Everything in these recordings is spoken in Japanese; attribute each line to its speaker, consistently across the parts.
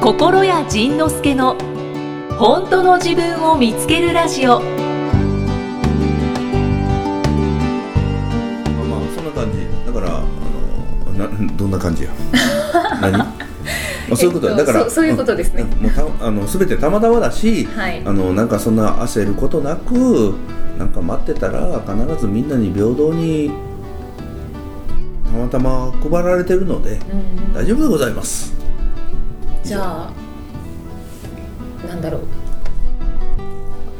Speaker 1: 心谷仁之助の本当の自分を見つけるラジオ
Speaker 2: まあまあそんな感じだからあのな どんな感 じや何、まあ、そういうことだ
Speaker 3: えっと
Speaker 2: だから
Speaker 3: そうそういうことですね
Speaker 2: んもうたあの全てたまたまだし、
Speaker 3: はい
Speaker 2: あのなんかそんな焦ることなくなんか待ってたら必ずみんなに平等にたまたま配られてるので
Speaker 3: うん
Speaker 2: 大丈夫でございます
Speaker 3: じゃあなんだろう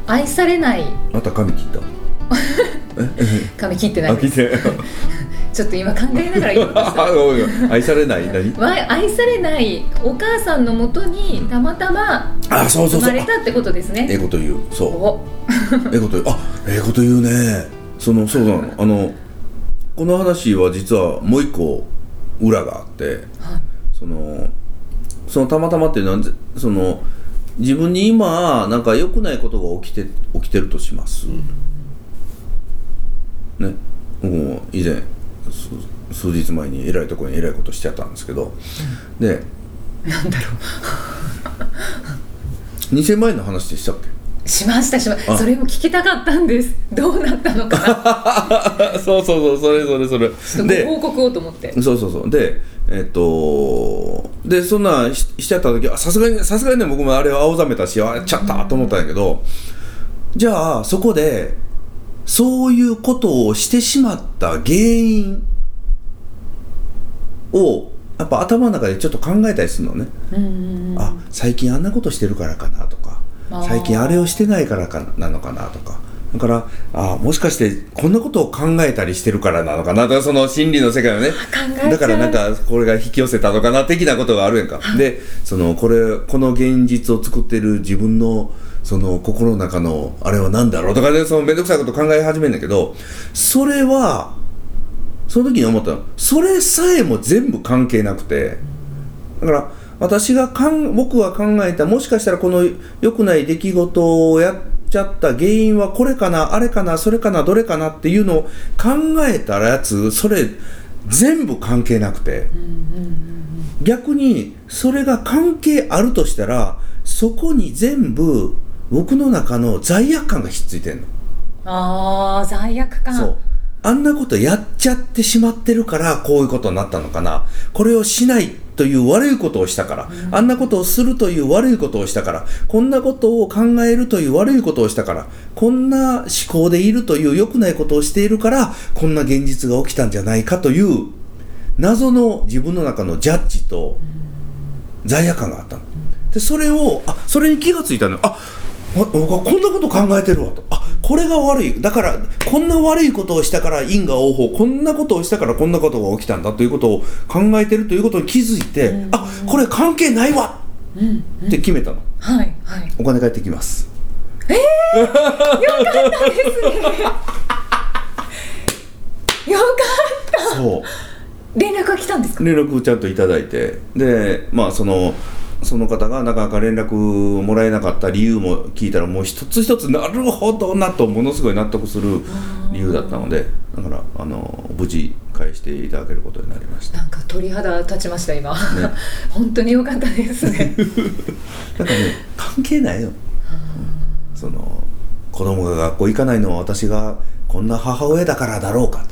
Speaker 3: 愛されない
Speaker 2: また髪切った
Speaker 3: 髪切ってな
Speaker 2: あ
Speaker 3: い
Speaker 2: 切
Speaker 3: で
Speaker 2: っ
Speaker 3: す
Speaker 2: てない
Speaker 3: ちょっと今考えながら言おうとし た
Speaker 2: あごめんごめん愛されない何
Speaker 3: わ愛されないお母さんのもとにたまたま
Speaker 2: あそうそ
Speaker 3: 生
Speaker 2: うそ
Speaker 3: ま
Speaker 2: う
Speaker 3: れたってことです
Speaker 2: ええ
Speaker 3: ね
Speaker 2: こと言うそう
Speaker 3: お
Speaker 2: ええこと言うあええこと言うねそのそうなのあのこの話は実はもう一個裏があって
Speaker 3: はい
Speaker 2: そのそのたまたまっていうのはぜその自分に今なんか良くないことが起きて起きてるとします、ね僕も以前数数日前にえらいところにえらいことしちゃったんですけど、で
Speaker 3: なん だろ
Speaker 2: 2000万円の話でしたっけ
Speaker 3: うしましたしまし
Speaker 2: あ
Speaker 3: たそれも聞きたかったんですどうなった のかな
Speaker 2: そうそうそうそれそれそれ
Speaker 3: ちょっとご報告をと思って
Speaker 2: そうそうそうでえっとでそんなんししちゃった時あさすがにさすがにね僕もあれは青ざめたしあやっちゃったと思ったんやけど、じゃあそこでそういうことをしてしまった原因をやっぱ頭の中でちょっと考えたりするのね、
Speaker 3: うんうんうん
Speaker 2: あ最近あんなことしてるからかなとか
Speaker 3: あー
Speaker 2: 最近あれをしてないからかなのかなとかだからあもしかしてこんなことを考えたりしてるからなのかなとかその心理の世界をね
Speaker 3: 考えちゃう
Speaker 2: だからなんかこれが引き寄せたのかな的なことがあるやんかでそのこれこの現実を作ってる自分のその心の中のあれは何だろうとかでその面倒くさいこと考え始めるんだけどそれはその時に思ったのそれさえも全部関係なくてだから私がかん僕が考えたもしかしたらこの良くない出来事をやっちゃった原因はこれかなあれかなそれかなどれかなっていうのを考えたやつそれ全部関係なくて逆にそれが関係あるとしたらそこに全部僕の中の罪悪感がひっついてんの。
Speaker 3: あー罪悪感
Speaker 2: そうあんなことやっちゃってしまってるからこういうことになったのかなこれをしないという悪いことをしたから、あんなことをするという悪いことをしたからこんなことを考えるという悪いことをしたからこんな思考でいるという良くないことをしているからこんな現実が起きたんじゃないかという謎の自分の中のジャッジと罪悪感があったの。でそれをあそれに気がついたのよあわ僕はこんなこと考えてるわとあこれが悪いだからこんな悪いことをしたから因果応報こんなことをしたからこんなことが起きたんだということを考えてるということに気づいて、あこれ関係ないわ
Speaker 3: うん
Speaker 2: って決めたの、
Speaker 3: はいはい
Speaker 2: お金返ってきます
Speaker 3: よかった
Speaker 2: そう
Speaker 3: 連絡が来たんですか
Speaker 2: 連絡ちゃんといただいてでまあそのその方がなかなか連絡をもらえなかった理由も聞いたらもう一つ一つなるほどなとものすごい納得する理由だったのでだからあの無事返していただけることになりました
Speaker 3: なんか鳥肌立ちました今、 本当に良かったですね
Speaker 2: だからね関係ないよその子供が学校行かないのは私がこんな母親だからだろうかと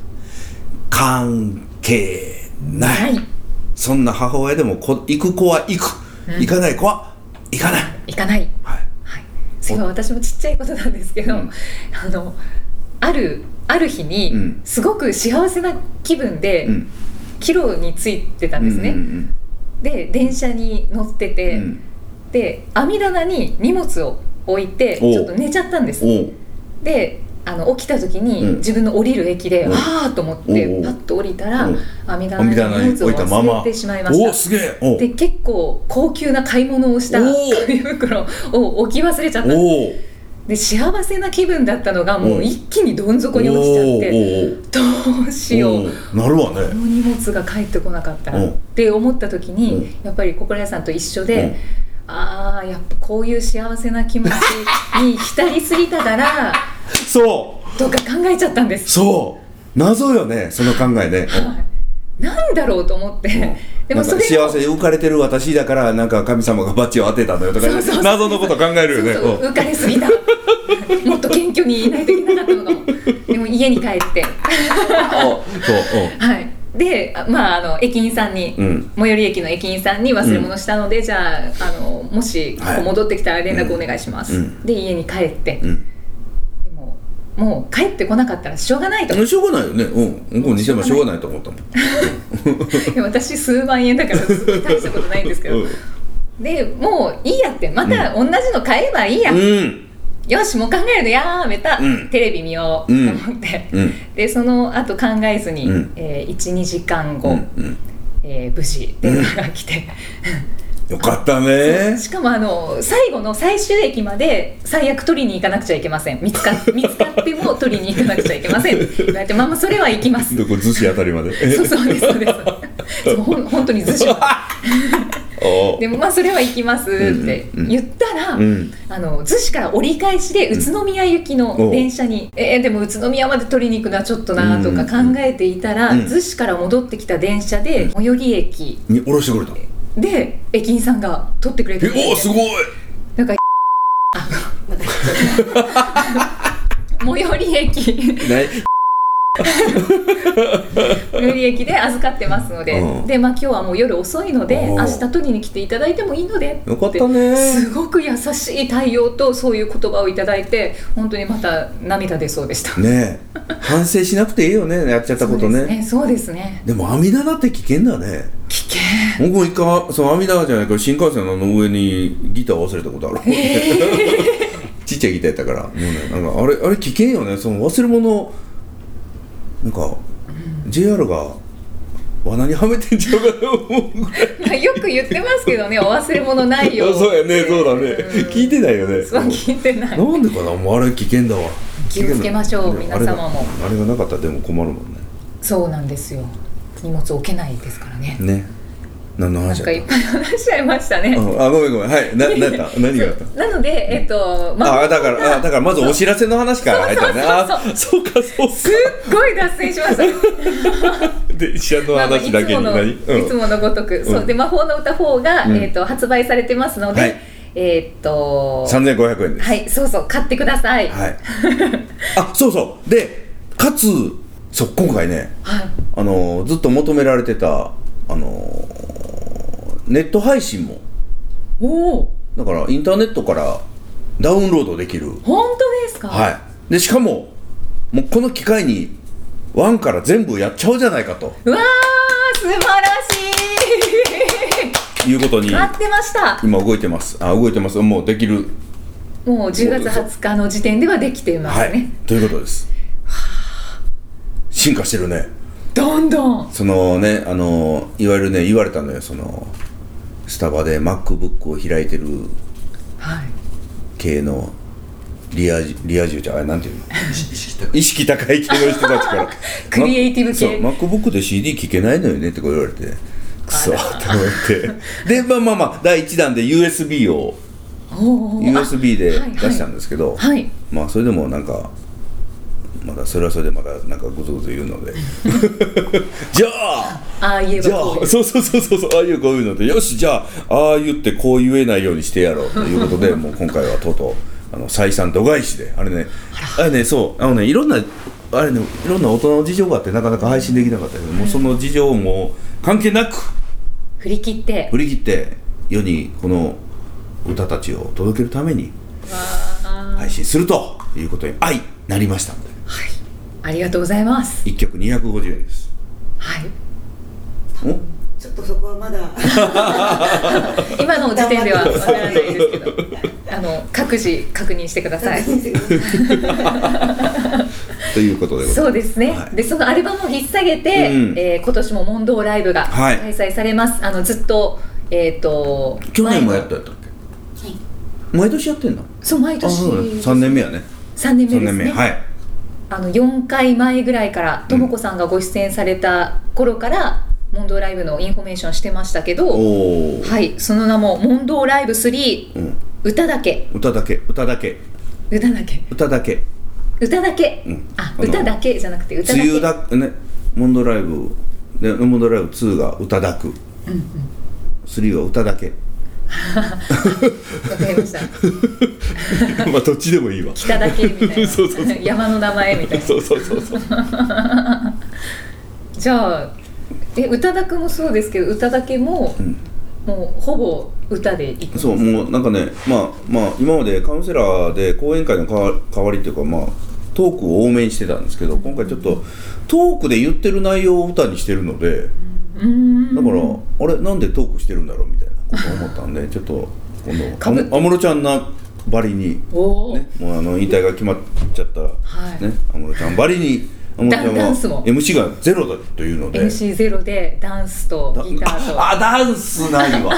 Speaker 2: 関係な
Speaker 3: はいい
Speaker 2: そんな母親でもこ行く子は行く、行かない子は行かない、
Speaker 3: 行かない
Speaker 2: はい、
Speaker 3: はい、それは私もちっちゃいことなんですけど、
Speaker 2: うん
Speaker 3: あのあるある日に
Speaker 2: うん
Speaker 3: すごく幸せな気分で
Speaker 2: うん
Speaker 3: 帰路についてたんですね、
Speaker 2: うんうん
Speaker 3: で電車に乗って
Speaker 2: う
Speaker 3: て、
Speaker 2: ん
Speaker 3: で網棚に荷物を置いて
Speaker 2: おう
Speaker 3: ちょっと寝ちゃったんです
Speaker 2: おう
Speaker 3: であの起きた時に、
Speaker 2: うん
Speaker 3: 自分の降りる駅で、
Speaker 2: うん
Speaker 3: ああと思っ
Speaker 2: おうお
Speaker 3: て
Speaker 2: う
Speaker 3: パッと降りたら
Speaker 2: おう
Speaker 3: 網
Speaker 2: お
Speaker 3: 棚
Speaker 2: み
Speaker 3: に荷
Speaker 2: たいなのに
Speaker 3: 物を
Speaker 2: 置いたまま
Speaker 3: 忘れてしまいまし
Speaker 2: お
Speaker 3: た
Speaker 2: おすげえおう
Speaker 3: で結構高級な買い物をした
Speaker 2: おー
Speaker 3: 紙袋を置き忘れちゃったんです
Speaker 2: おう
Speaker 3: で幸せな気分だったのがも
Speaker 2: うん
Speaker 3: う一気にどん底に落ちちゃって
Speaker 2: おうおう
Speaker 3: どうしよ
Speaker 2: お
Speaker 3: う
Speaker 2: うなるわ
Speaker 3: こ
Speaker 2: ね
Speaker 3: の荷物が返ってこなかった
Speaker 2: う
Speaker 3: ら
Speaker 2: ん
Speaker 3: って思った時に
Speaker 2: う
Speaker 3: やっぱり心屋さんと一緒でああやっぱこういう幸せな気持ちに浸りすぎ たから
Speaker 2: そ
Speaker 3: とか考えちゃっ たんで
Speaker 2: う
Speaker 3: す。
Speaker 2: そう謎よねその考えね
Speaker 3: はいなんだろうと思ってで
Speaker 2: な
Speaker 3: も
Speaker 2: んか
Speaker 3: それを
Speaker 2: 幸せで浮かれてる私だからなんか神様がバチを当てたのよとか
Speaker 3: そうそうそう
Speaker 2: 謎のこと考えるよね
Speaker 3: そうそう
Speaker 2: うん
Speaker 3: 浮かれすぎた もっと謙虚に言いないといけなかったのかもでも家に帰っ
Speaker 2: おそ
Speaker 3: て
Speaker 2: う
Speaker 3: はいであまああの駅員さんに、
Speaker 2: うん
Speaker 3: 最寄り駅の駅員さんに忘れ物したので、じゃああのもしこ
Speaker 2: はい
Speaker 3: こ戻ってきたら連絡お願いします、
Speaker 2: うん
Speaker 3: で家に帰って、
Speaker 2: うん
Speaker 3: でももう帰ってこなかったらしょうがないと
Speaker 2: うんしょうがないよねうん向こうにしてもしょうがないと思ったもん
Speaker 3: で私数万円だからすごい大したことないんですけど、
Speaker 2: うん
Speaker 3: でもういいやってまた同じの買えばいいや、
Speaker 2: うん
Speaker 3: よしもう考えるのやめた、
Speaker 2: うん
Speaker 3: テレビ見ようと思って、
Speaker 2: うん
Speaker 3: でその後考えずに、
Speaker 2: うん
Speaker 3: え12時間後、
Speaker 2: うんうん
Speaker 3: えー無事電話が来て、
Speaker 2: よかったね
Speaker 3: しかもあの最後の最終駅まで最悪取りに行かなくちゃいけません見つか 見つかっても取りに行かなくちゃいけませんって言われてまあまあそれは行きます
Speaker 2: どこ寿司あたりまで
Speaker 3: そうそうです そうですそうほん本当に図書
Speaker 2: お
Speaker 3: でもまあそれは行きますって
Speaker 2: うんうんうん
Speaker 3: 言ったら、
Speaker 2: うん
Speaker 3: あの逗子から折り返しで宇都宮行きの
Speaker 2: うん
Speaker 3: 電車に、えーでも宇都宮まで取りに行くのはちょっとなとか考えていたら
Speaker 2: うん
Speaker 3: 逗子、から戻ってきた電車で
Speaker 2: うん
Speaker 3: 最寄り駅
Speaker 2: に下ろしてくれた
Speaker 3: で駅員さんが取ってくれて
Speaker 2: えおおすごい
Speaker 3: なんか最寄り駅
Speaker 2: ない
Speaker 3: 最寄り駅で預かってますので、
Speaker 2: うん
Speaker 3: でまあ今日はもう夜遅いので
Speaker 2: うん
Speaker 3: 明日取りに来ていただいてもいいので
Speaker 2: よかったね
Speaker 3: すごく優しい対応とそういう言葉をいただいて本当にまた涙出そうでした。
Speaker 2: ねえ反省しなくていいよ ねやっちゃったことね
Speaker 3: そうですね。
Speaker 2: でも網棚って危険だね
Speaker 3: 危険。
Speaker 2: 僕も一回その網棚じゃないけど新幹線のあの上にギター忘れたことある、 ちっちゃいギターやったからもうねなんかあれあれ危険よねその忘れ物なんか JR が罠にはめてんちゃうかな思うぐらい
Speaker 3: まあよく言ってますけどね、お忘れ物ない
Speaker 2: あ
Speaker 3: よ。
Speaker 2: そうやねそうだね
Speaker 3: うん
Speaker 2: 聞いてないよね
Speaker 3: そう聞いてない。
Speaker 2: なんでかなもうあれ危険だわ
Speaker 3: 気をつけましょう
Speaker 2: 危険
Speaker 3: 皆
Speaker 2: だ
Speaker 3: 様も
Speaker 2: あれがあれがなかったらでも困るもんね
Speaker 3: そうなんですよ。荷物置けないですからね。
Speaker 2: ね何の
Speaker 3: なん
Speaker 2: 話
Speaker 3: か
Speaker 2: だ
Speaker 3: いっ
Speaker 2: っ
Speaker 3: ぱい話しちゃいました
Speaker 2: た
Speaker 3: ね。
Speaker 2: うんあごめんごめんはいな何やっ た何があった
Speaker 3: なので、えっと、ま
Speaker 2: あ
Speaker 3: あ、
Speaker 2: あだからあだからまずお知らせの話から入ったねあそうかそう
Speaker 3: すっごい脱線しました。
Speaker 2: か電車の
Speaker 3: まあまあ
Speaker 2: 話だけになり
Speaker 3: いつもの、いつものごとく、
Speaker 2: ん
Speaker 3: そうで魔法の歌4が、
Speaker 2: うん
Speaker 3: えっと発売されてますので、
Speaker 2: はい
Speaker 3: えっと
Speaker 2: 三千五百円です
Speaker 3: はいそうそう買ってください。
Speaker 2: はいあそうそうでかつそう今回ね
Speaker 3: はい
Speaker 2: あのずっと求められてたあのネット配信も
Speaker 3: おお
Speaker 2: だからインターネットからダウンロードできる
Speaker 3: 本当ですか。
Speaker 2: はいでしかももうこの機会にワンから全部やっちゃおうじゃないかと
Speaker 3: うわー素晴らし
Speaker 2: いうことに
Speaker 3: い待ってました
Speaker 2: 今動いてますあ動いてますもうできる
Speaker 3: もう10月20日の時点ではできていますね、
Speaker 2: はい、ということです進化してるね
Speaker 3: どんどん
Speaker 2: そのねあのいわゆるね言われたのよそのスタバで MacBook を開いてる
Speaker 3: はい
Speaker 2: 系のリア充リア充じゃあれなんていうの意識高い系の人たちから
Speaker 3: クリエイティブ系
Speaker 2: まそう MacBook で CD 聴けないのよねってこう言われてくそと思ってでまあまあまあ第1弾で USB を
Speaker 3: おー
Speaker 2: USB で
Speaker 3: あはいはい
Speaker 2: 出したんですけど、
Speaker 3: はい
Speaker 2: まあそれでもなんかまだそれはそれでまだなんかグズグズ言うの で じゃあ
Speaker 3: ああ言えば
Speaker 2: じゃあ
Speaker 3: こう
Speaker 2: そうそうそうそうそうああいうこういうのでよしじゃあああ言ってこう言えないようにしてや ろうということでもう今回はとうとうあの採算度外視であれねあれねそうあのねいろんなあれねいろんな大人の事情があってなかなか配信できなかったけど、もうその事情も関係なく
Speaker 3: 振り切って
Speaker 2: 振り切って世にこの歌たちを届けるために配信するということに愛なりましたので
Speaker 3: ありがとうございます
Speaker 2: 1曲250円です
Speaker 3: はい
Speaker 2: お
Speaker 4: ちょっとそこはまだ
Speaker 3: 今の時点ではわからないですけどあの各自確認してください
Speaker 4: 先生が
Speaker 2: ということでございます
Speaker 3: そうですね、
Speaker 2: はい
Speaker 3: でそのアルバムを引っ提げて、
Speaker 2: うん
Speaker 3: えー今年も問答ライブが
Speaker 2: はい
Speaker 3: 開催されます、あのずっとえっ、と
Speaker 2: 去年もやっ
Speaker 3: 前
Speaker 2: たや
Speaker 3: の
Speaker 2: ったっけ毎年やってんの
Speaker 3: そう毎
Speaker 2: あそう
Speaker 3: 年
Speaker 2: 3年目やね
Speaker 3: 3年目
Speaker 2: 3
Speaker 3: です
Speaker 2: 年
Speaker 3: ね
Speaker 2: 目はい
Speaker 3: あの4回前ぐらいからともこさんがご出演された頃から問答ライブのインフォメーションしてましたけど、
Speaker 2: おお、
Speaker 3: はいその名も「問答ライブ3
Speaker 2: うん、
Speaker 3: 歌だけ
Speaker 2: 歌だけ歌だけ
Speaker 3: 歌だけ
Speaker 2: 歌だけ
Speaker 3: 歌だけ」
Speaker 2: うん
Speaker 3: あ
Speaker 2: あの
Speaker 3: 歌だけじゃなくて歌だ
Speaker 2: 梅
Speaker 3: け
Speaker 2: 雨だねモンドライブでモンドライブ2が歌だく
Speaker 3: うんうん
Speaker 2: 3は歌だ け
Speaker 3: わかりました
Speaker 2: まあどっちでもいいわ
Speaker 3: 北だけみたいな
Speaker 2: そうそうそう
Speaker 3: 山の名前みたいな
Speaker 2: そうそうそうそう
Speaker 3: じゃあえ宇多田くんもそうですけど宇多田家も、
Speaker 2: ん
Speaker 3: もうほぼ歌でいく
Speaker 2: そうもうなんかねまあまあ今までカウンセラーで講演会の代わ代わりっていうかまあトークを多めにしてたんですけど今回ちょっとトークで言ってる内容を歌にしてるので
Speaker 3: うーん
Speaker 2: だから、あれなんでトークしてるんだろうみたいなこと思ったんでちょっと今度
Speaker 3: か
Speaker 2: 安
Speaker 3: ぶ
Speaker 2: 室安室ちゃんなばりに、
Speaker 3: おお、
Speaker 2: ね、もうあの引退が決まっちゃった、ね
Speaker 3: はい
Speaker 2: 安室ちゃんばりに安室ちゃん
Speaker 3: ダンダンスも
Speaker 2: は MC がゼロだというので
Speaker 3: MC ゼロでダンスと
Speaker 2: だ
Speaker 3: ギターと
Speaker 2: ああダンスない わ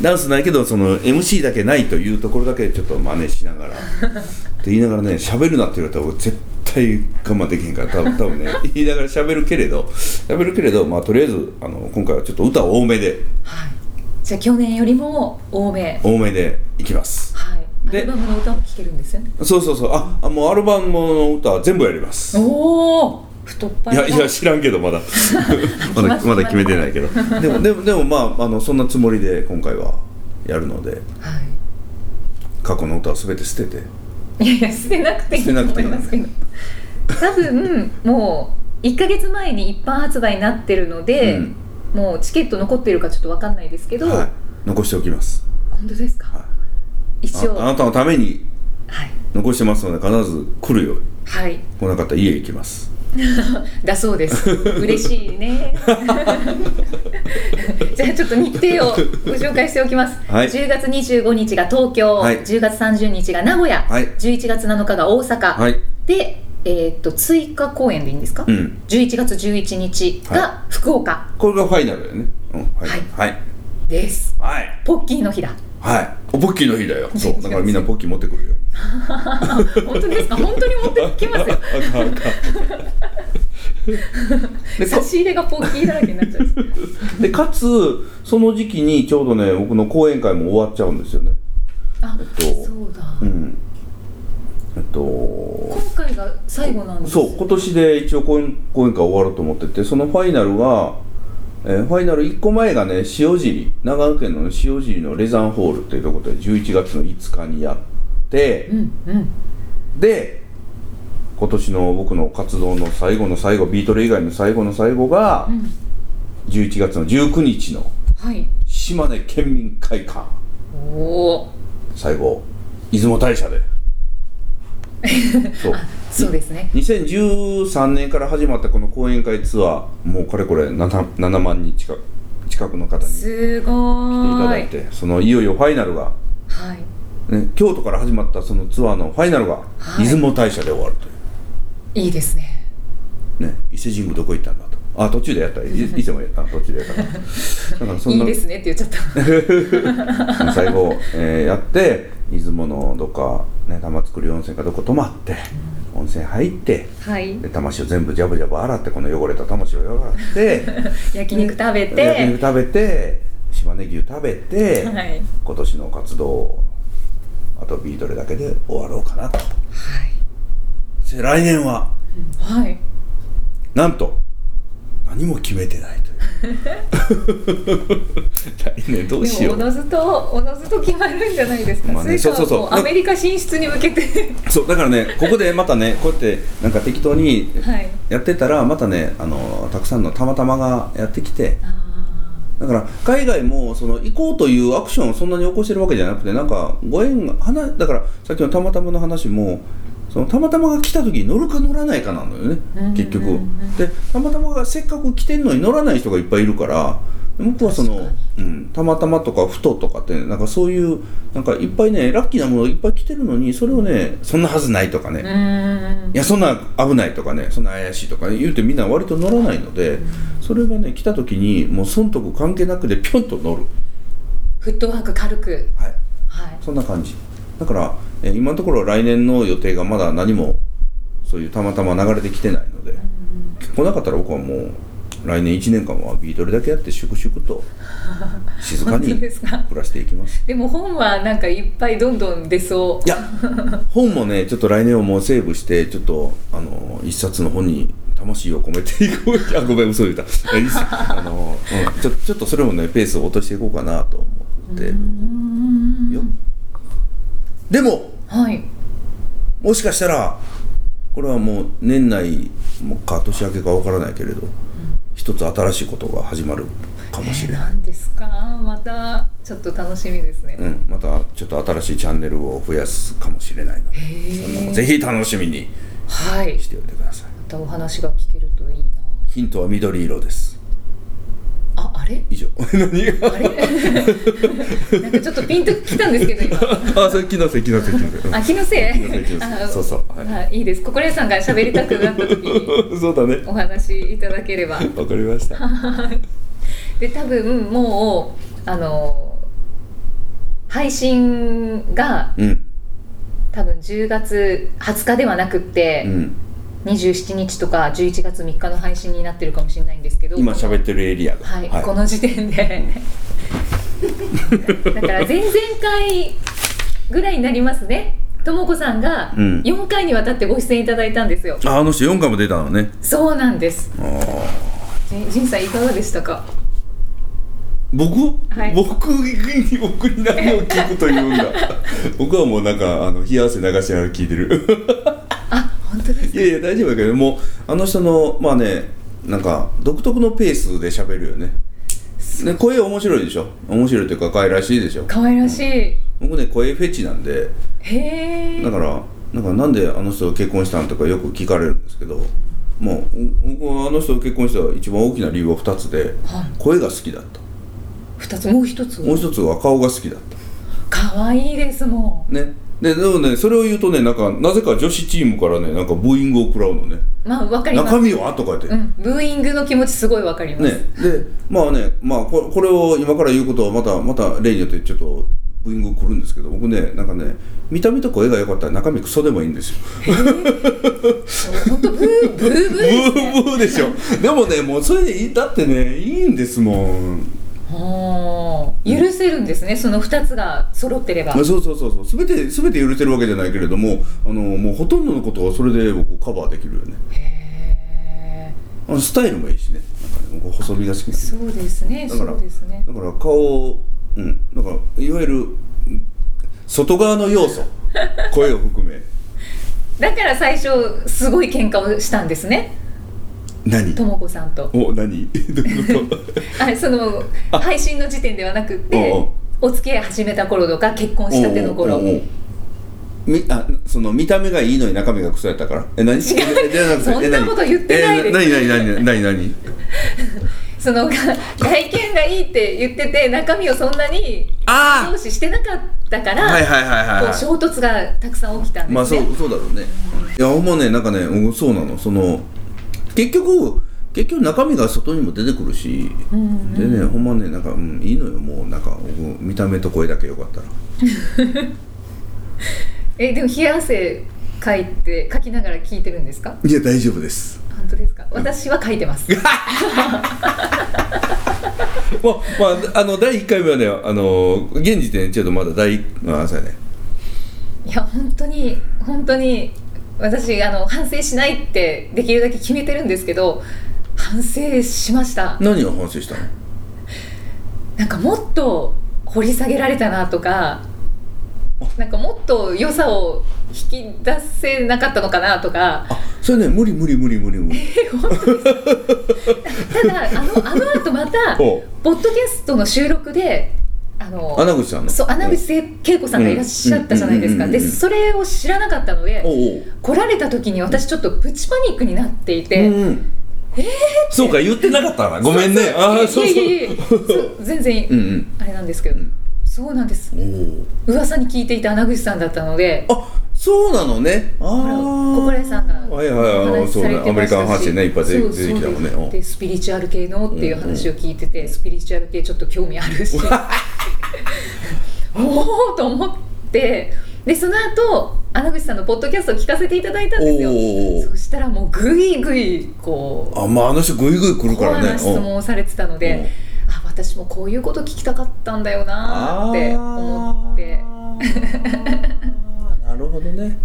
Speaker 2: ダンスないけどその MC だけないというところだけちょっと真似しながらって言いながらね喋るなって言われたら俺絶対我慢できへんから多分多分ね 言いながら喋るけれど喋るけれどまあとりあえずあの今回はちょっと歌多めで
Speaker 3: はい、じゃあ去年よりも多め、
Speaker 2: 多めでいきます
Speaker 3: はい、ア
Speaker 2: で
Speaker 3: ルバムの歌も聴けるんですよね
Speaker 2: そうそうそうああもうアルバムの歌は全部やります
Speaker 3: おお太っ
Speaker 2: い
Speaker 3: 腹
Speaker 2: やいや知らんけど まだまだまだ決めてないけどでもでもでもまああのそんなつもりで今回はやるので
Speaker 3: は
Speaker 2: 過去の歌を全て捨てて
Speaker 3: い、いやいや捨てなくていい
Speaker 2: 捨て
Speaker 3: と
Speaker 2: なく
Speaker 3: 思
Speaker 2: てい
Speaker 3: い
Speaker 2: い
Speaker 3: ますけど多分もう1か月前に一般発売になってるので、
Speaker 2: うん
Speaker 3: もうチケット残ってるかちょっと分かんないですけど、
Speaker 2: はい、残しておきます、
Speaker 3: 本当ですか、
Speaker 2: は
Speaker 3: 一
Speaker 2: い、
Speaker 3: 応
Speaker 2: ああ
Speaker 3: はい
Speaker 2: なたのために残してますので必ず来るよ
Speaker 3: はい
Speaker 2: 来なかったら家行きます
Speaker 3: だそうです嬉しい ねじゃあちょっと日程をご紹介しておきます、
Speaker 2: はい
Speaker 3: 10月25日が東京、
Speaker 2: はい
Speaker 3: 10月30日が名古屋、
Speaker 2: はい
Speaker 3: 11月7日が大阪、
Speaker 2: はい
Speaker 3: で、えー、と追加公演でいいんですか、
Speaker 2: うん
Speaker 3: 11月11日が福岡
Speaker 2: これがファイナルだよねうんファイナル
Speaker 3: です、
Speaker 2: はいはい
Speaker 3: ポッキーの日だ
Speaker 2: はいおポッキーの日だよそうだからみんなポッキー持ってくるよ
Speaker 3: 本当ですか本当に持ってきます
Speaker 2: あ
Speaker 3: よ
Speaker 2: かんあかん で
Speaker 3: 差
Speaker 2: か
Speaker 3: し入れがポッキーだらけになっち ゃうんです
Speaker 2: でかつその時期にちょうどね僕の講演会も終わっちゃうんですよね
Speaker 3: あ
Speaker 2: えっと
Speaker 3: そうだ、
Speaker 2: うんえっと
Speaker 3: 今回が最後なんです
Speaker 2: そう今年で一応講演講演会終わろうと思っててそのファイナルが、えーファイナル1個前がね塩尻長野県の塩尻のレザンホールっていうところで11月の5日にやって
Speaker 3: うんうん
Speaker 2: で今年の僕の活動の最後の最後ビートル以外の最後の最後が
Speaker 3: うん
Speaker 2: 11月の19日の
Speaker 3: はい
Speaker 2: 島根県民会館
Speaker 3: おお
Speaker 2: 最後出雲大 社でそう
Speaker 3: そうですね
Speaker 2: 2013年から始まったこの講演会ツアーもうかれこれ 7, 7万人近く近くの方に来てい
Speaker 3: すご
Speaker 2: ただ
Speaker 3: ーい
Speaker 2: いてそのいよいよファイナルが、
Speaker 3: はい
Speaker 2: ね、京都から始まったそのツアーのファイナルが
Speaker 3: はい
Speaker 2: 出雲大社で終わるという、
Speaker 3: いいですね
Speaker 2: ね、伊勢神宮どこ行ったんだとあ途中でや ったい伊勢もやった途中でやったからだからそん
Speaker 3: い
Speaker 2: ない
Speaker 3: ですねって言っちゃっ た
Speaker 2: 最後、えーやって出雲のどっか、ね、玉造温泉かどこ泊まって温泉入って
Speaker 3: はい
Speaker 2: で魂を全部ジャブジャブ洗ってこの汚れた魂を洗って。
Speaker 3: 焼肉食べて
Speaker 2: 焼肉食べて島根牛食べて、
Speaker 3: はいはい
Speaker 2: 今年の活動をあとビートルだけで終わろうかなとそして来年は
Speaker 3: はい
Speaker 2: なんと何も決めてないという 来年どうし
Speaker 3: で
Speaker 2: よ
Speaker 3: もおの
Speaker 2: う
Speaker 3: ずとおのずと決まるんじゃないですか、
Speaker 2: まあね
Speaker 3: それか
Speaker 2: そうそうそう
Speaker 3: もアメリカ進出に向け て
Speaker 2: そうだからねここでまたねこうやってなんか適当に
Speaker 3: はい
Speaker 2: やってたらまたねあのたくさんのたまたまがやってきて
Speaker 3: あ
Speaker 2: だから海外もその行こうというアクションをそんなに起こしてるわけじゃなくてなんかご縁が話だからさっきのたまたまの話もそのたまたまが来た時に乗るか乗らないかなんだよね
Speaker 3: うんうんうん
Speaker 2: 結局でたまたまがせっかく来てんのに乗らない人がいっぱいいるから僕はそ
Speaker 3: 確
Speaker 2: の
Speaker 3: か、
Speaker 2: うん、たまたまとかふととかってなんかそういうなんかいっぱいねラッキーなものがいっぱい来てるのにそれをねそんなはずないとかね
Speaker 3: ーうー
Speaker 2: い
Speaker 3: ん
Speaker 2: やそんな危ないとかねそんな怪しいとか言うてみんな割と乗らないのでそれがね来た時にもう損得関係なくでピョンと乗る、
Speaker 3: フットワーク軽く
Speaker 2: はい、
Speaker 3: はい
Speaker 2: そんな感じだから、えー今のところ来年の予定がまだ何もそういうたまたま流れてきてないので来なかったら僕はもう来年1年間はビートルだけやって粛々と静かに
Speaker 3: 本当ですか
Speaker 2: 暮らしていきます
Speaker 3: でも本はなんかいっぱいどんどん出そう
Speaker 2: いや本もねちょっと来年をもうセーブしてちょっとあの一冊の本に魂を込めていこう あごめん嘘言ったいいっすあの、うん、ちょちょっとそれもねペースを落としていこうかなと思ってよでも
Speaker 3: はい
Speaker 2: もしかしたらこれはもう年内もか年明けかわからないけれど、一つ新しいことが始まるかもしれない、
Speaker 3: 何ですかまたちょっと楽しみですね、
Speaker 2: うん、またちょっと新しいチャンネルを増やすかもしれないのでそんなのぜひ楽しみに
Speaker 3: はい
Speaker 2: しておいてください
Speaker 3: またお話が聞けるといいな
Speaker 2: ヒントは緑色です
Speaker 3: ああれ
Speaker 2: 以上何が
Speaker 3: あれなんかちょっとピンときたんですけ ど今
Speaker 2: あそれ気のせい気のせい気のせいうん
Speaker 3: あ気のせ
Speaker 2: 気のせい気
Speaker 3: い
Speaker 2: のせ
Speaker 3: あ
Speaker 2: いそうそうはい
Speaker 3: まあいいです心屋さんが喋りたくなった時に
Speaker 2: そうだね
Speaker 3: お話しいただけ れば
Speaker 2: わかりましたは
Speaker 3: で多分もうあの配信が
Speaker 2: うん
Speaker 3: 多分10月20日ではなくって、
Speaker 2: うん
Speaker 3: 27日とか11月3日の配信になってるかもしれないんですけど
Speaker 2: 今喋ってるエリアが
Speaker 3: はい、この時点で だから前々回ぐらいになりますねともこさんが
Speaker 2: うん
Speaker 3: 4回にわたってご出演いただいたんですよ、
Speaker 2: ああの人4回も出たのね
Speaker 3: そうなんです
Speaker 2: あー
Speaker 3: じじんさんいかがでしたか
Speaker 2: 僕、
Speaker 3: はい
Speaker 2: 僕に僕に何を聞くというんだ 僕はもうなんかあの冷や汗流しながら聞いてる
Speaker 3: あ本当です
Speaker 2: いやいや大丈夫だけどもうあの人のまあねなんか独特のペースで喋るよねね声面白いでしょ面白いというか可愛らしいでしょ
Speaker 3: 可愛らしい
Speaker 2: 僕ね声フェチなんで
Speaker 3: へ
Speaker 2: だ
Speaker 3: え
Speaker 2: からなんかなんであの人と結婚したんとかよく聞かれるんですけどもう僕はあの人と結婚した一番大きな理由は2つで
Speaker 3: はい
Speaker 2: 声が好きだった
Speaker 3: 2つもう1つ
Speaker 2: もう一つは顔が好きだった
Speaker 3: 可愛いですも
Speaker 2: ねででもねそれを言うとねなんかなぜか女子チームからねなんかブーイングを食らうのね
Speaker 3: んまあわかります
Speaker 2: 中身はとか言って、
Speaker 3: うんブーイングの気持ちすごいわかります、
Speaker 2: ねでまあねまあここれを今から言うことはまたまた例によってちょっとブーイングを食るんですけど僕ねなんかね見た目と声が良かったら中身クソでもいいんですよブ
Speaker 3: 本当ブーブーブー
Speaker 2: ーブーでしょでもねもうそれでいいだってねいいんですもん
Speaker 3: はあ許せるんですねその2つが揃ってれば
Speaker 2: まあそうそうそうそう全て全て許せるわけじゃないけれどもあのもうほとんどのことはそれで僕カバーできるよね
Speaker 3: へ
Speaker 2: あのスタイルもいいしねなんかね僕細身が好きなん
Speaker 3: ー
Speaker 2: で
Speaker 3: そうですね
Speaker 2: だから
Speaker 3: そうですね
Speaker 2: だから顔うんだからいわゆるうん外側の要 素声を含め
Speaker 3: だから最初すごい喧嘩をしたんですね
Speaker 2: 何
Speaker 3: ともこさんと
Speaker 2: お何 どういうこと
Speaker 3: あその
Speaker 2: あ
Speaker 3: 配信の時点ではなくって
Speaker 2: おうおう
Speaker 3: お付き合い始めた頃とか結婚したての頃
Speaker 2: おうおうおうみあその見た目がいいのに中身がクソやったからえ 何違う
Speaker 3: そんなこと言ってないです
Speaker 2: え何何何何 何
Speaker 3: その外見がいいって言ってて中身をそんなに
Speaker 2: あ
Speaker 3: 重視してなかったか
Speaker 2: あはいはい
Speaker 3: ら
Speaker 2: はいはい、
Speaker 3: こ
Speaker 2: は
Speaker 3: う
Speaker 2: い
Speaker 3: 衝突がたくさん起きたん
Speaker 2: まあ
Speaker 3: です
Speaker 2: そ
Speaker 3: ね
Speaker 2: うそうだろうね。いやほんまねなんかねうんそうなのその結局結局中身が外にも出てくるし、
Speaker 3: ん
Speaker 2: でねほんまねなんか、うん、いいのよもうなんかうん見た目と声だけよかったら。
Speaker 3: えでも冷や汗かいて書きながら聞いてるんですか
Speaker 2: いや大丈夫です。
Speaker 3: 本当ですか私は書いてます
Speaker 2: まあまああの第一回目はねあの現時点ちょっとまだ第一あそうやね。
Speaker 3: いや本当に本当に私あの反省しないってできるだけ決めてるんですけど反省しました
Speaker 2: 何を反省したの？
Speaker 3: なんかもっと掘り下げられたなとかなんかもっと良さを引き出せなかったのかなとか
Speaker 2: あそれね無理無理無理無理無理。
Speaker 3: ただあのあの後またポッ
Speaker 2: おう
Speaker 3: ドキャストの収録であの
Speaker 2: 穴口さんの。
Speaker 3: そう穴口恵子さんがいらっしゃったじゃないですか
Speaker 2: うんうんうん
Speaker 3: で
Speaker 2: うんうん
Speaker 3: それを知らなかったので
Speaker 2: おうおう。
Speaker 3: 来られた時に私ちょっとプチパニックになっていて、
Speaker 2: うんうん。そうか言ってなかったなごめんね。あーそう
Speaker 3: い
Speaker 2: そう。
Speaker 3: やいやいやそう全然、
Speaker 2: うんうん。
Speaker 3: あれなんですけど、
Speaker 2: うん
Speaker 3: そうなんです
Speaker 2: おお。
Speaker 3: 噂に聞いていた穴口さんだったので
Speaker 2: あそうなのね。あ
Speaker 3: ほら
Speaker 2: あ。
Speaker 3: 心得さんがお
Speaker 2: はいはいはいあの
Speaker 3: 話し
Speaker 2: そう
Speaker 3: さ
Speaker 2: ね
Speaker 3: れて
Speaker 2: アメ
Speaker 3: ま
Speaker 2: リ
Speaker 3: した
Speaker 2: カン
Speaker 3: し
Speaker 2: 話でねいっぱい出
Speaker 3: そう
Speaker 2: 出てきたもんね。
Speaker 3: そう
Speaker 2: お
Speaker 3: でスピリチュアル系のっていう話を聞いてて、スピリチュアル系ちょっと興味ある しおおと思ってでその後穴口さんのポッドキャストを聞かせていただいたんですよ
Speaker 2: おー
Speaker 3: そしたらもうぐいぐいこう
Speaker 2: あまああの人グイグイ来るか
Speaker 3: コ
Speaker 2: ら
Speaker 3: ア
Speaker 2: ね。
Speaker 3: な質問をされてたの
Speaker 2: お
Speaker 3: で、あ私もこういうこと聞きたかったんだよなーって思って
Speaker 2: あーなるほどね。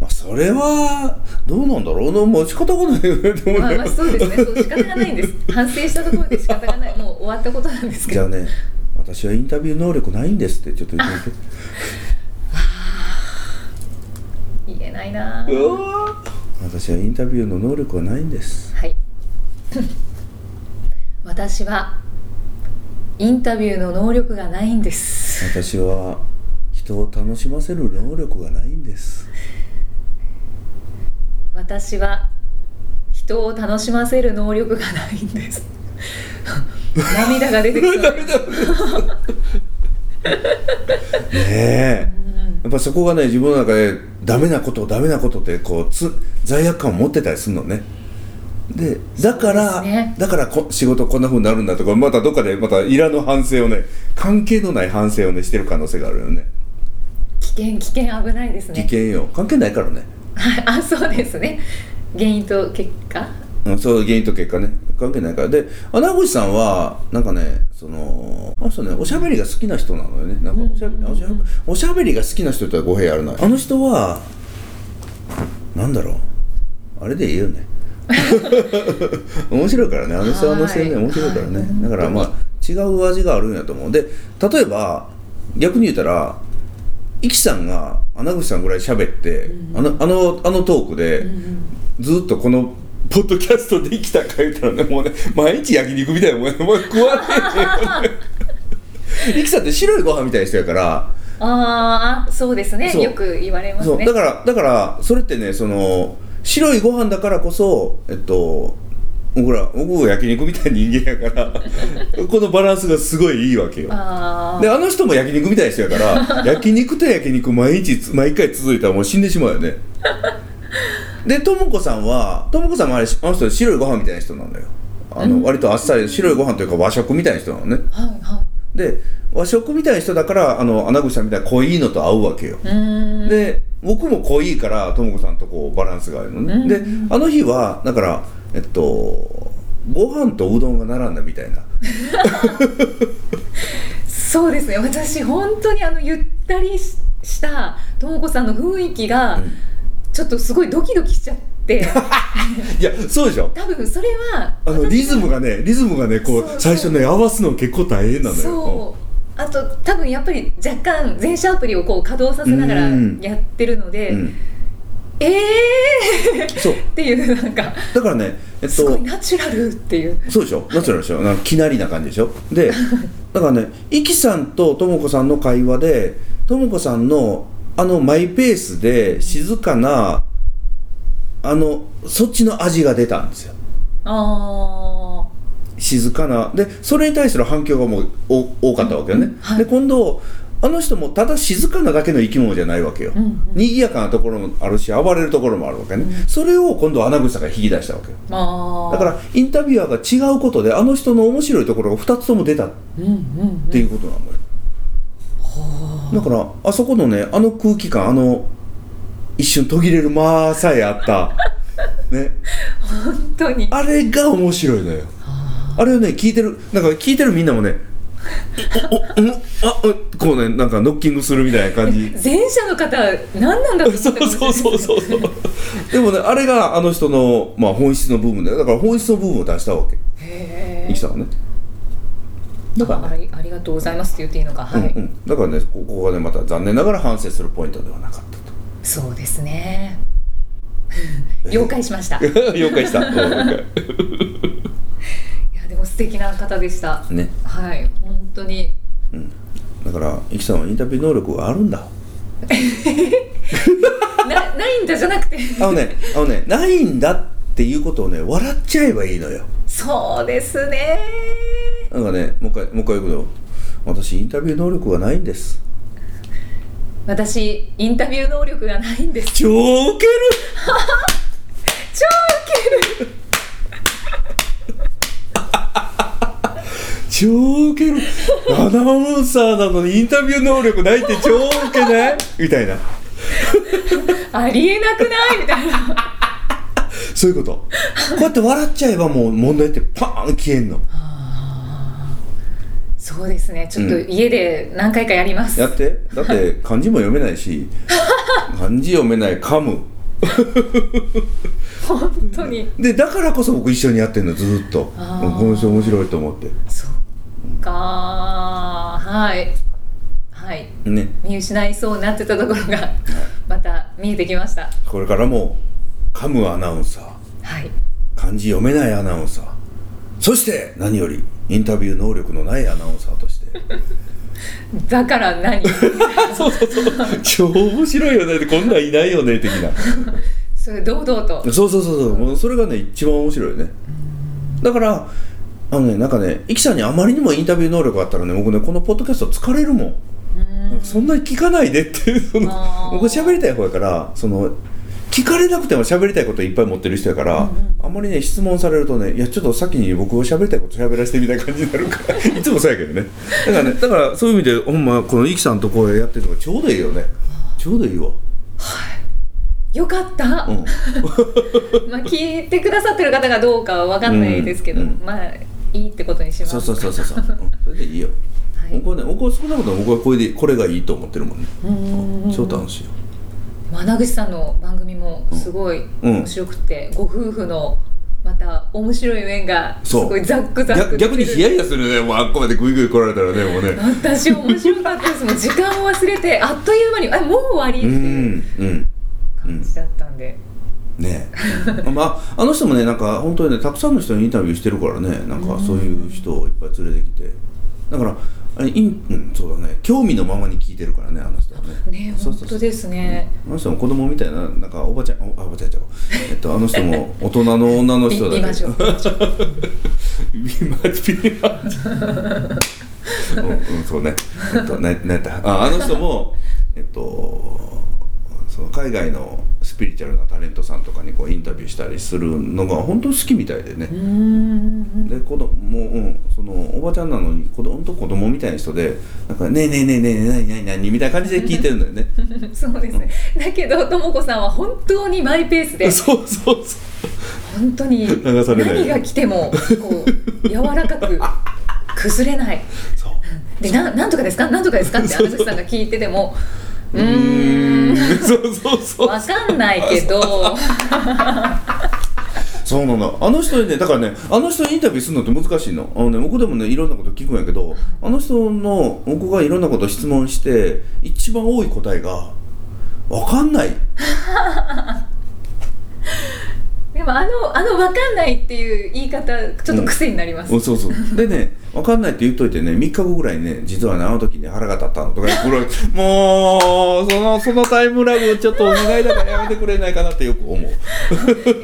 Speaker 2: まあそれはどうなんだろうなもう仕方がないよねと思う
Speaker 3: まあ
Speaker 2: よ
Speaker 3: まあそうですねそう仕方がない んです反省したところで仕方がないもう終わったことなんですけ
Speaker 2: じゃあ
Speaker 3: ど
Speaker 2: ね私はインタビュー能力ないんですってちょっと言ってみて
Speaker 3: 言えないなぁ
Speaker 2: うわー私はインタビューの能力はないんです
Speaker 3: はい 私はインタビューの能力がないんです
Speaker 2: 私は人を楽しませる能力がないんです
Speaker 3: 私は人を楽しませる能力がないんです 涙が出てき そうです
Speaker 2: ねえやっぱそこがね自分の中でダメなことダメなことってこうつ罪悪感を持ってたりするのねでだから、
Speaker 3: そうですね
Speaker 2: だからこ仕事こんな風になるんだとかまたどっかでまたいらぬ反省をね関係のない反省をねしてる可能性があるよね
Speaker 3: 危険危険危ないです
Speaker 2: 危
Speaker 3: ね
Speaker 2: 険よ関係ないからね
Speaker 3: はいあそうですね原因と結果
Speaker 2: うん、そう原因と結果ね関係ないからで穴越さんはなんかねそのあの人ねおしゃべりが好きな人なのよねなんかおしゃべり、おしゃべりおしゃべりが好きな人とは語弊あるなあの人はなんだろうあれでいいよね面白いからねあの人はあの人でね
Speaker 3: はい
Speaker 2: 面白いからね、
Speaker 3: はい
Speaker 2: だからまあ違う味があるんやと思うで例えば逆に言ったらイキさんが穴口さんぐらい喋って、あのあのあのトークで、ずっとこのポッドキャストできたか言うたらねもうね毎日焼肉みたいなもんやもう食わねえよねイキさんって白いご飯みたいな人やから
Speaker 3: ああそうですね
Speaker 2: そう
Speaker 3: よく言われます
Speaker 2: そう
Speaker 3: ね
Speaker 2: だからだからそれってねその白いご飯だからこそえっと僕ら僕は焼肉みたいな人間やからこのバランスがすごいいいわけよ
Speaker 3: あ
Speaker 2: であの人も焼肉みたいな人やから 焼肉と焼肉毎日つ毎回続いたらもう死んでしまうよねでともこさんはともこさんもあれあの人白いご飯みたいな人なんだよあの、割とあっさり白いご飯というか和食みたいな人なのね
Speaker 3: あはいは
Speaker 2: で和食みたいな人だからあの穴口さんみたいな濃いのと合うわけよ
Speaker 3: いうーん
Speaker 2: で僕も濃いからともこさんとこうバランスがあるのね、
Speaker 3: うん
Speaker 2: であの日はだからえっとご飯とうどんが並んだみたいな
Speaker 3: そうですね私本当にあのゆったりししたともこさんの雰囲気が、
Speaker 2: うん
Speaker 3: ちょっとすごいドキドキしちゃっ て
Speaker 2: いやそうでしょ
Speaker 3: 多分それは
Speaker 2: あのリズムがねリズムがねこう
Speaker 3: そうそう
Speaker 2: 最初ね合わすの結構大変なのよ
Speaker 3: そうあと多分やっぱり若干全社アプリをこう稼働させながら
Speaker 2: うん
Speaker 3: やってるので、
Speaker 2: うん、うん
Speaker 3: ええ
Speaker 2: そう
Speaker 3: ー、っていうなんか
Speaker 2: だからねえっ
Speaker 3: すご
Speaker 2: と
Speaker 3: いナチュラルっていう
Speaker 2: そうでしょナチュラルでしょなんかきなりな感じでしょ でだからねイキさんとともこさんの会話でともこさんのあのマイペースで静かなあのそっちの味が出たんですよ
Speaker 3: あ
Speaker 2: 静かなでそれに対する反響がもうお多かったわけよね、
Speaker 3: はい
Speaker 2: で今度あの人もただ静かなだけの生き物じゃないわけよ、
Speaker 3: うんうん
Speaker 2: 賑やかなところもあるし暴れるところもあるわけね、それを今度穴草が引き出したわけよ
Speaker 3: ーあー
Speaker 2: だからインタビュアーが違うことであの人の面白いところが2つとも出たっ
Speaker 3: うんうん
Speaker 2: ていうことなのよ、だからあそこのねあの空気感あの一瞬途切れる間さえあ った、ね、
Speaker 3: 本当に
Speaker 2: あれが面白いのよあれをね聞いてるなんか聞いてるみんなもねおおうんあうんこうねなんかノッキングするみたいな感じ
Speaker 3: 前者の方何なんだろう
Speaker 2: そうそうそうそうそうでもねあれがあの人の、まあ、本質の部分だよだから本質の部分を出したわけ
Speaker 3: へ
Speaker 2: 生き
Speaker 3: え
Speaker 2: たのね
Speaker 3: だからありありがとうございますって言っていいのかはい、
Speaker 2: うんうん、だからねここがねまた残念ながら反省するポイントではなかったと
Speaker 3: そうですね了解しましたい
Speaker 2: 了解したうん了
Speaker 3: やでも素敵な方でした
Speaker 2: 解ね
Speaker 3: はい本当に
Speaker 2: だからイキさんはインタビュー能力があるんだ
Speaker 3: な ないんだじゃなくて
Speaker 2: あのねあのねないんだっていうことをね笑っちゃえばいいのよ
Speaker 3: そうですね
Speaker 2: なんかねもう一回もう一回言うけど私インタビュー能力がないんです
Speaker 3: 私インタビュー能力がないんです
Speaker 2: 超ウケる
Speaker 3: 超ウケる
Speaker 2: 超ウケ るアナウンサーなのにインタビュー能力ないって超ウケないみたいな
Speaker 3: ありえなくないみたいな
Speaker 2: そういうことこうやって笑っちゃえばもう問題ってパーン消えんの
Speaker 3: そうですねちょっと
Speaker 2: う
Speaker 3: 家で何回かやりま す、
Speaker 2: やってだって漢字も読めないし漢字読めない噛む
Speaker 3: 本当に
Speaker 2: でだからこそ僕一緒にやってるのずーっとこ
Speaker 3: あー
Speaker 2: の人面白いと思って
Speaker 3: そっかーはいはい
Speaker 2: ね
Speaker 3: 見失いそうになってたところがまた見えてきました
Speaker 2: これからも噛むアナウンサー
Speaker 3: はい
Speaker 2: 漢字読めないアナウンサーそして何よりインタビュー能力のないアナウンサーとして
Speaker 3: だから何
Speaker 2: そうそうそう超面白いよねってこんなんいないよね的な
Speaker 3: それ堂々と
Speaker 2: そうそうそうそうもうそれがね一番面白いよねだからあのねなんかねイキさんにあまりにもインタビュー能力があったらね僕ねこのポッドキャスト疲れるもんなんかそんなに聞かないでってその
Speaker 3: あー
Speaker 2: 僕喋りたい方やからその聞かれなくても喋りたいこといっぱい持ってる人やから、あんまりね質問されるとねいやちょっと先に僕を喋りたいこと喋らせてみたいな感じになるから いつもそうやけどねだからねだからそういう意味でほんまこのイキさんとこうやってるのがちょうどいいよねちょうどいいわ
Speaker 3: よかった、
Speaker 2: うん
Speaker 3: まあ聞いてくださってる方がどうかは分かんないですけど、
Speaker 2: うんうん
Speaker 3: まあいいってことにします
Speaker 2: そうそうそうそうそう、うんそれでいいよ
Speaker 3: はい
Speaker 2: 僕はね僕は少なくとも僕はこれでこれがいいと思ってるもんね
Speaker 3: うーん
Speaker 2: 超楽しいよ
Speaker 3: 穴口さんの番組もすごい
Speaker 2: うん
Speaker 3: 面白くて、ご夫婦のまた面白い面がす
Speaker 2: そう
Speaker 3: ごいザックザッ
Speaker 2: 逆
Speaker 3: ク
Speaker 2: 逆にヒヤ
Speaker 3: え
Speaker 2: ヒヤするねもうあっこまでグイグイ来られたらねもうね
Speaker 3: 私面白かったですもう時間を忘れてあっという間にあもう終わりっ
Speaker 2: う
Speaker 3: ていうん
Speaker 2: うん
Speaker 3: 感じだったんで、
Speaker 2: ねえまああの人もねなんか本当にねたくさんの人にインタビューしてるからねなんかそういう人をいっぱい連れてきてだからあれインうんそうだね興味のままに聞いてるからねあの人はね
Speaker 3: ね
Speaker 2: そうそうそう
Speaker 3: 本当ですね、
Speaker 2: あの人も子供みたいななんかおばちゃんおあおばちゃんちゃうわえっとあの人も大人の女の
Speaker 3: い
Speaker 2: 人だ
Speaker 3: 言
Speaker 2: け
Speaker 3: い
Speaker 2: ど
Speaker 3: ま しょう
Speaker 2: ビマジビマジ。うん、うん、そうね。えっと、な、なんやった。あ、あの人も、えっと。その海外のスピリチュアルなタレントさんとかにこうインタビューしたりするのが本当好きみたいでね
Speaker 3: うー。ん
Speaker 2: で子供もう、うん、そのおばちゃんなのに子供と子供みたいな人でなんかねえねえねえねえねえ何何何みたいな感じで聞いてるのよね。
Speaker 3: そうですね、だけどともこさんは本当にマイペースで
Speaker 2: そうそうそ
Speaker 3: 本当に
Speaker 2: 流されない。
Speaker 3: 何が来てもこう柔らかく崩れないう
Speaker 2: そう。
Speaker 3: でななんとかですかなんとかですかって穴口さんが聞いててもう
Speaker 2: う
Speaker 3: ー
Speaker 2: ー
Speaker 3: ん
Speaker 2: ん。そうそうそう。
Speaker 3: わかんないけ ど
Speaker 2: そうなんだあの人にねだからねあの人にインタビューするのって難しいのあのね僕でもねいろんなこと聞くんやけどあの人の僕がいろんなこと質問して一番多い答えが「わかんない」
Speaker 3: でもあのあのわかんないっていう言い方ちょっと癖になります、
Speaker 2: おそうそうでね「わかんない」って言っといてね3日後ぐらいにね「実はねあの時ね腹が立ったの」とか これもうそのそのタイムラグちょっとお願いだからやめてくれないかなってよく思う。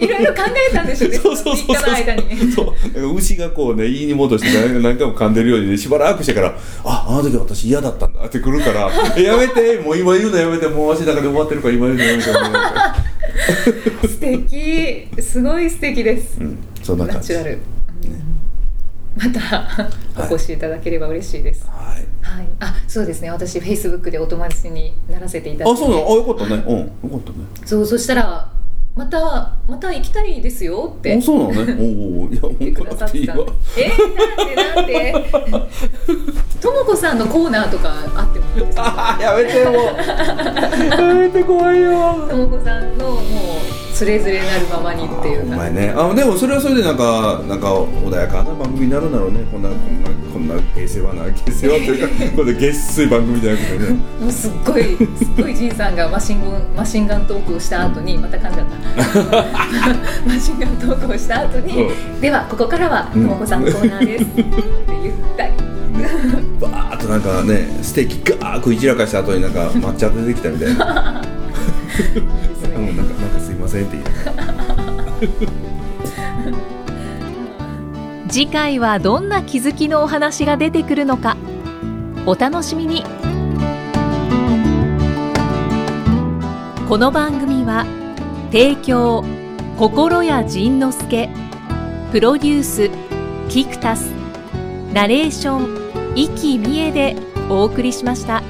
Speaker 3: いろいろ考えたんでしょうね
Speaker 2: そうそうそう
Speaker 3: 3日の間に
Speaker 2: そうなんか牛がこうね言いに戻して何何回も噛んでるようにねしばらくしてから「ああの時私嫌だったんだ」ってくるから 「えやめてもう今言うのやめてもう足の中で終わってるから今言うのやめて」もう
Speaker 3: 素敵すごい素敵です、
Speaker 2: うんそんな
Speaker 3: ナ
Speaker 2: 感じ
Speaker 3: チュラル、うんまたお越しいただければ嬉しいです、
Speaker 2: はい
Speaker 3: はい、あそうですね私フェイスブックでお友達にならせていただい
Speaker 2: あ
Speaker 3: て
Speaker 2: そうなのあよかったねうんよかったね
Speaker 3: そうそしたらまたまた行きたいですよって
Speaker 2: あそうなのねおうおういや
Speaker 3: 言
Speaker 2: 本
Speaker 3: って
Speaker 2: 当
Speaker 3: くださ
Speaker 2: な
Speaker 3: っ
Speaker 2: くてい
Speaker 3: て
Speaker 2: い
Speaker 3: た
Speaker 2: わ
Speaker 3: んでえー、なんでなんで ともこさんのコーナーとかあってもいいですか
Speaker 2: あやめてもう やめて怖いよ
Speaker 3: ともこさんのもうつれづれなるままにっていう
Speaker 2: お前
Speaker 3: か
Speaker 2: ねあでもそれはそれでなんかなんか穏やかな番組になるんだろうねこんなこんなこんな平成はな平 成はというかこれ月水番組じゃなく てね
Speaker 3: もうすっごいすっごい仁さんがマシンゴンマシンガントークをした後にまた噛んじゃったマシンガントークをした後に、
Speaker 2: う
Speaker 3: ではここからはともこさんのコーナーです、って言ったり
Speaker 2: バーッとなんかねステーキガーッ食い散らかした後になんか抹茶出てきたみたいな
Speaker 3: です
Speaker 2: うん
Speaker 3: ね
Speaker 2: なんかなんかすいませんって言いながら
Speaker 1: 次回はどんな気づきのお話が出てくるのかお楽しみにこの番組は提供心谷仁之助プロデュースキクタスナレーション生きみえでお送りしました。